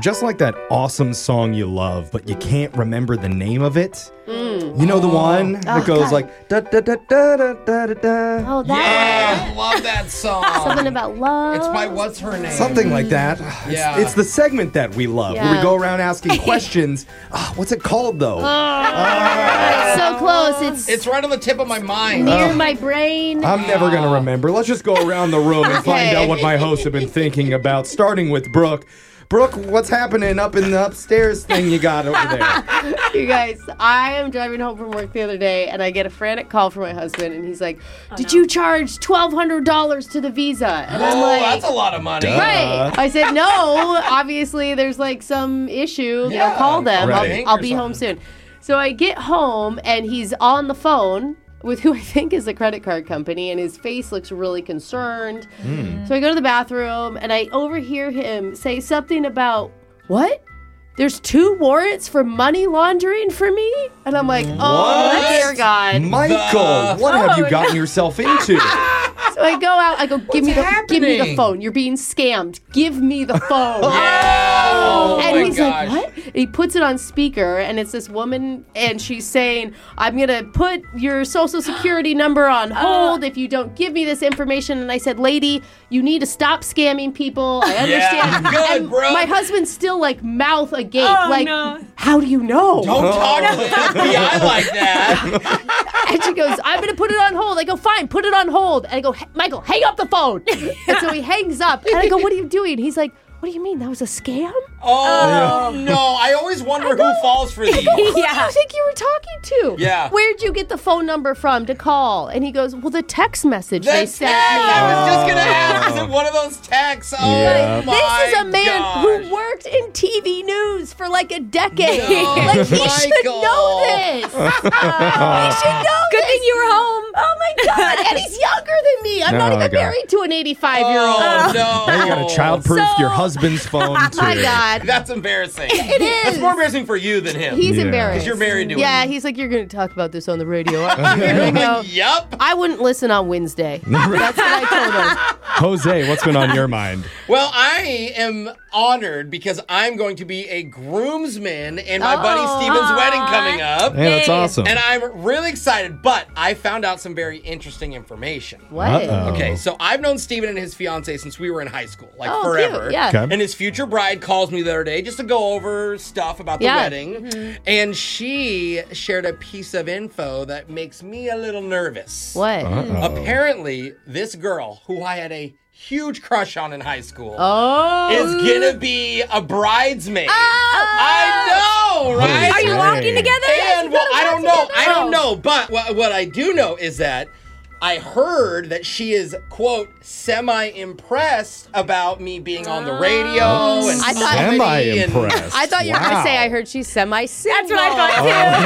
Just like that awesome song you love, but you can't remember the name of it. You know the one that Oh, goes God. like da da da da da da da da. Oh, that Yeah, I love that song. one. something about love. It's by what's her name? Something like that. It's, Yeah. it's the segment that we love. Where we Yeah. Oh, go around asking questions. Ah, what's it called though? so close. It's, It's right on the tip of my mind. near my brain. I'm never going to remember. Let's just go around the room and find out what my hosts have been thinking about, starting with Brooke. Brooke, what's happening up in the upstairs thing you got over there? You guys, I am driving home from work the other day and I get a frantic call from my husband and he's like, Did you charge $1,200 to the Visa? And I'm oh, like, that's a lot of money. Right. I said, No, obviously there's like some issue. You know, Yeah, call them. right. I'll, I'll be home soon. So I get home and he's on the phone with who I think is the credit card company and his face looks really concerned. Hmm. So I go to the bathroom and I overhear him say something about, What? There's two warrants for money laundering for me? And I'm like, Oh, What? dear God. Michael, what have you Oh. gotten yourself into? So I go out. I go, give me the give me the happening? phone. You're being scammed. Give me the phone. Yeah. Oh, and my he's like, gosh. what? And he puts it on speaker, and it's this woman, and she's saying, I'm gonna put your social security number on Uh. hold if you don't give me this information. And I said, lady, you need to stop scamming people. I understand. good, and bro. My husband's still like mouth agape, Oh, like, no. how do you know? Oh. Don't talk to the FBI like that. And she goes, I'm going to put it on hold. I go, fine, put it on hold. And I go, "H- Michael, hang up the phone. and so he hangs up. And I go, what are you doing? He's like, what do you mean? That was a scam? Oh, no. I always wonder who falls for these. Who do you think you were talking to? Yeah. Where'd you get the phone number from to call? And he goes, well, the text message they That's sent. text. I was just going to Oh. ask. Is it one of those texts? Oh, Yeah. my This is a man gosh. who worked in TV news for like a decade. No, like he should Michael. know this. he should know Good this. thing you were home. Oh my god! And he's younger than me. I'm not Oh, even God. married to an 85 year old. Oh, no. Now you got to childproof your husband's phone too. my god, That's embarrassing. it That's is. more embarrassing for you than him. He's Yeah. embarrassed. Because you're married to Yeah, him. he's like, you're going to talk about this on the radio. aren't you?" And I go, Yup. I wouldn't listen on Wednesday. That's what I told him. Jose, what's been on your mind? Well, I am honored because I'm going to be a groomsman in my buddy Oh. Steven's wedding coming up. Hey, that's Hey. awesome. And I'm really excited, but I found out some very interesting information. What? Uh-oh. Okay, so I've known Steven and his fiance since we were in high school, like Oh, cute, forever. yeah. Okay. And his future bride calls me the other day just to go over stuff about the Yeah. Mm-hmm. wedding. And she shared a piece of info that makes me a little nervous. What? Apparently, this girl who I had a huge crush on in high school Oh. is gonna be a bridesmaid. Ah. I know, right? Are you Hey. walking together? And well, I don't know. I Oh. don't know. But what, what I do know is that I heard that she is quote semi impressed about me being on the radio and I thought- comedy Oh. Semi-impressed. I thought you were going to Wow. say I heard she's semi single. That's what I thought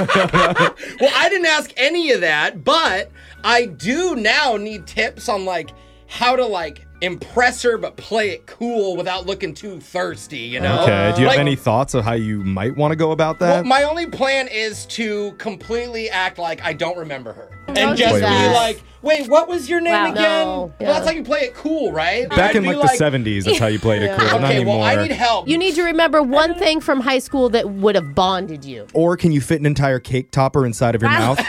too. And, well, I didn't ask any of that, but I do now need tips on like how to like impress her but play it cool without looking too thirsty. You know? Okay. Do you have uh, Like, any thoughts of how you might want to go about that? Well, my only plan is to completely act like I don't remember her and don't just do be that. like, "Wait, what was your name Wow. again?" No. Well, that's Yeah. how you play it cool, right? Back I'd in be like, the 70s, that's how you played it cool. Okay, Not anymore. well, I need help. You need to remember one thing from high school that would have bonded you. or can you fit an entire cake topper inside of your mouth?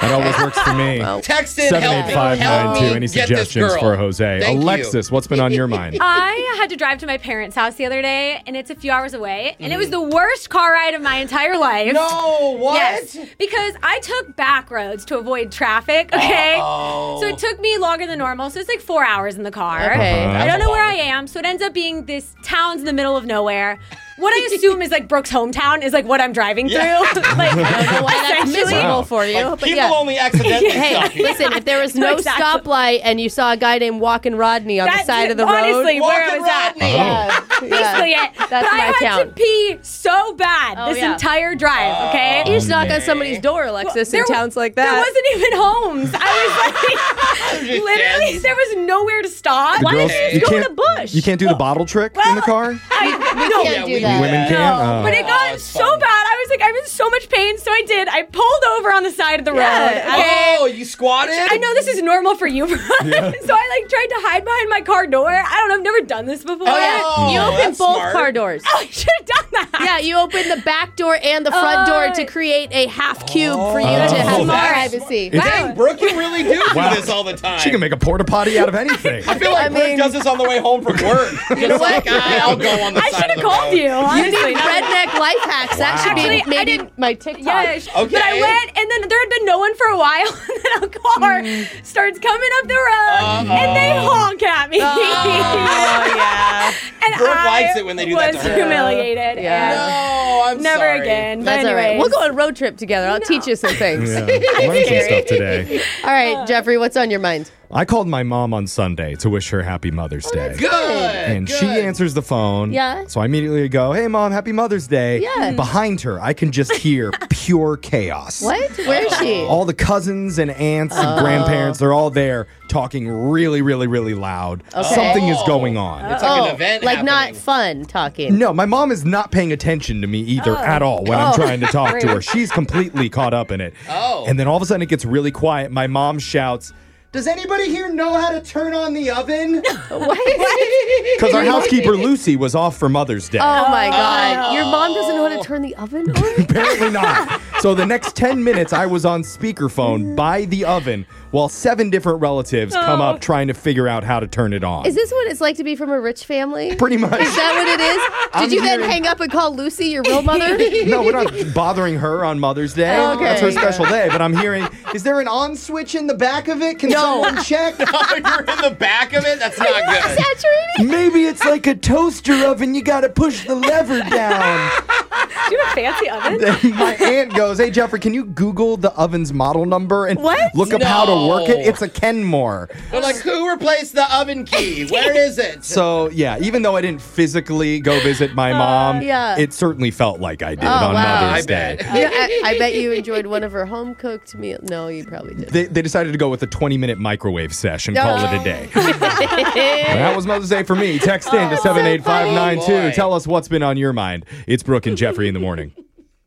that always works for me. text in Seven help. eight me, five nine help two. me Any get this suggestions girl. for Jose? Thank you. Alexis, what's been on your mind? I had to drive to my parents' house the other day, and it's a few hours away, and it was the worst car ride of my entire life. No, what? Yes, because I took back roads to avoid traffic. Okay, so Oh. it took me longer than normal. So it's like four hours in the car. Okay. Uh-huh. I don't know where I am, so it ends up being this town's in the middle of nowhere. What I assume is like Brooke's hometown is like what I'm driving Yeah. through. like, I don't know why that's Essentially. miserable Wow. for you. Like, but people yeah. only accidentally Hey, stop you. listen, if there was no Exactly. stoplight and you saw a guy named Walking Rodney on the That's side of the honestly road. where I Walking was at. Rodney. Yeah, yeah. Basically it. but my I had town. to pee so bad Oh, this yeah. entire drive, okay? Oh. You just knock on somebody's door, Alexis, There in wa- towns like that. There wasn't even homes. I was like, Just literally, dance. there was nowhere to stop. The girls- don't you you just go in can't- a bush? You can't do the bottle trick in the car. I, no, can't Oh, Yeah, do we- that. Women Yeah. can. but Oh. it Oh, got it's so fun. bad. I was like, I'm in so much pain, so I did. I pulled over on the side of the road. Okay. Oh, you squatted? I know this is normal for you, Brian. so I like tried to hide behind my car door. I don't know. I've never done this before. Oh, you open both that's smart. car doors. Oh, I should have done that. Yeah, you open the back door and the front Oh. door to create a half cube for you Oh, to have that's more smart. privacy. It's- Dang, Brooke, you really do do Wow. this all the time. She can make a porta potty out of anything. I feel like I Brooke mean- does this on the way home from work. Just like, "Ah, I'll go on the I side should of have the called road." you. You need honestly. redneck life hacks. That should be Actually, I maybe didn't- my TikTok. Yeah, sh- but I Okay. went, and then there had been no one for a while, and then a car Mm. starts coming up the road, Uh-huh. and they honk at me. Oh, yeah. and Brooke I likes it when they do that was to her. humiliated. Yeah. and No, Oh, I'm Never sorry. again. But That's all anyway, right. We'll go on a road trip together. I'll teach you some things. Yeah, learn some stuff today. All Uh, right, Jeffrey, what's on your mind? I called my mom on Sunday to wish her happy Mother's Oh, Day. Good. And good. she answers the phone. Yeah. So I immediately go, Hey, mom, happy Mother's Day. Yeah. Mm-hmm. Behind her, I can just hear pure chaos. What? Oh. Where is she? All the cousins and aunts and grandparents, they're all there talking really, really, really loud. Something is going on. It's- Oh. It's like an event. like not happening. fun talking. no, my mom is not paying attention to me Oh. either at all when I'm trying to talk to her. She's completely caught up in it. Oh. And then all of a sudden it gets really quiet. My mom shouts, Does anybody here know how to turn on the oven? Because our housekeeper Lucy was off for Mother's Day. Oh my god. Your mom doesn't know how to turn the oven on? Apparently not. So the next 10 minutes, I was on Mm. speakerphone by the oven while seven different relatives come up trying to figure out how to turn it on. Oh. Is this what it's like to be from a rich family? Pretty much. Is that what it is? Did I'm you then hearing- hang up and call Lucy, your real mother? no, we're not bothering her on Mother's Day. Okay. That's her special day. But I'm hearing, is there an on switch in the back of it? Can someone check? Oh, you're in the back of it? That's not good. Saturated? Maybe it's like a toaster oven. You got to push the lever down. do you have a fancy oven? My aunt goes, "Hey Jeffrey, can you Google the oven's model number and What? look up how to work it? No. It's a Kenmore." They're like, who replaced the oven key? Where is it? So yeah, even though I didn't physically go visit my mom, yeah. it certainly felt like I did on wow. Mother's I Day. bet. Yeah, I, I bet you enjoyed one of her home cooked meals. No, you probably did. They, they decided to go with a 20 minute microwave sesh and call it a day. that was Mother's Day for me. Text in to Oh, boy. 78592. Tell us what's been on your mind. It's Brooke and Jeffrey in the morning.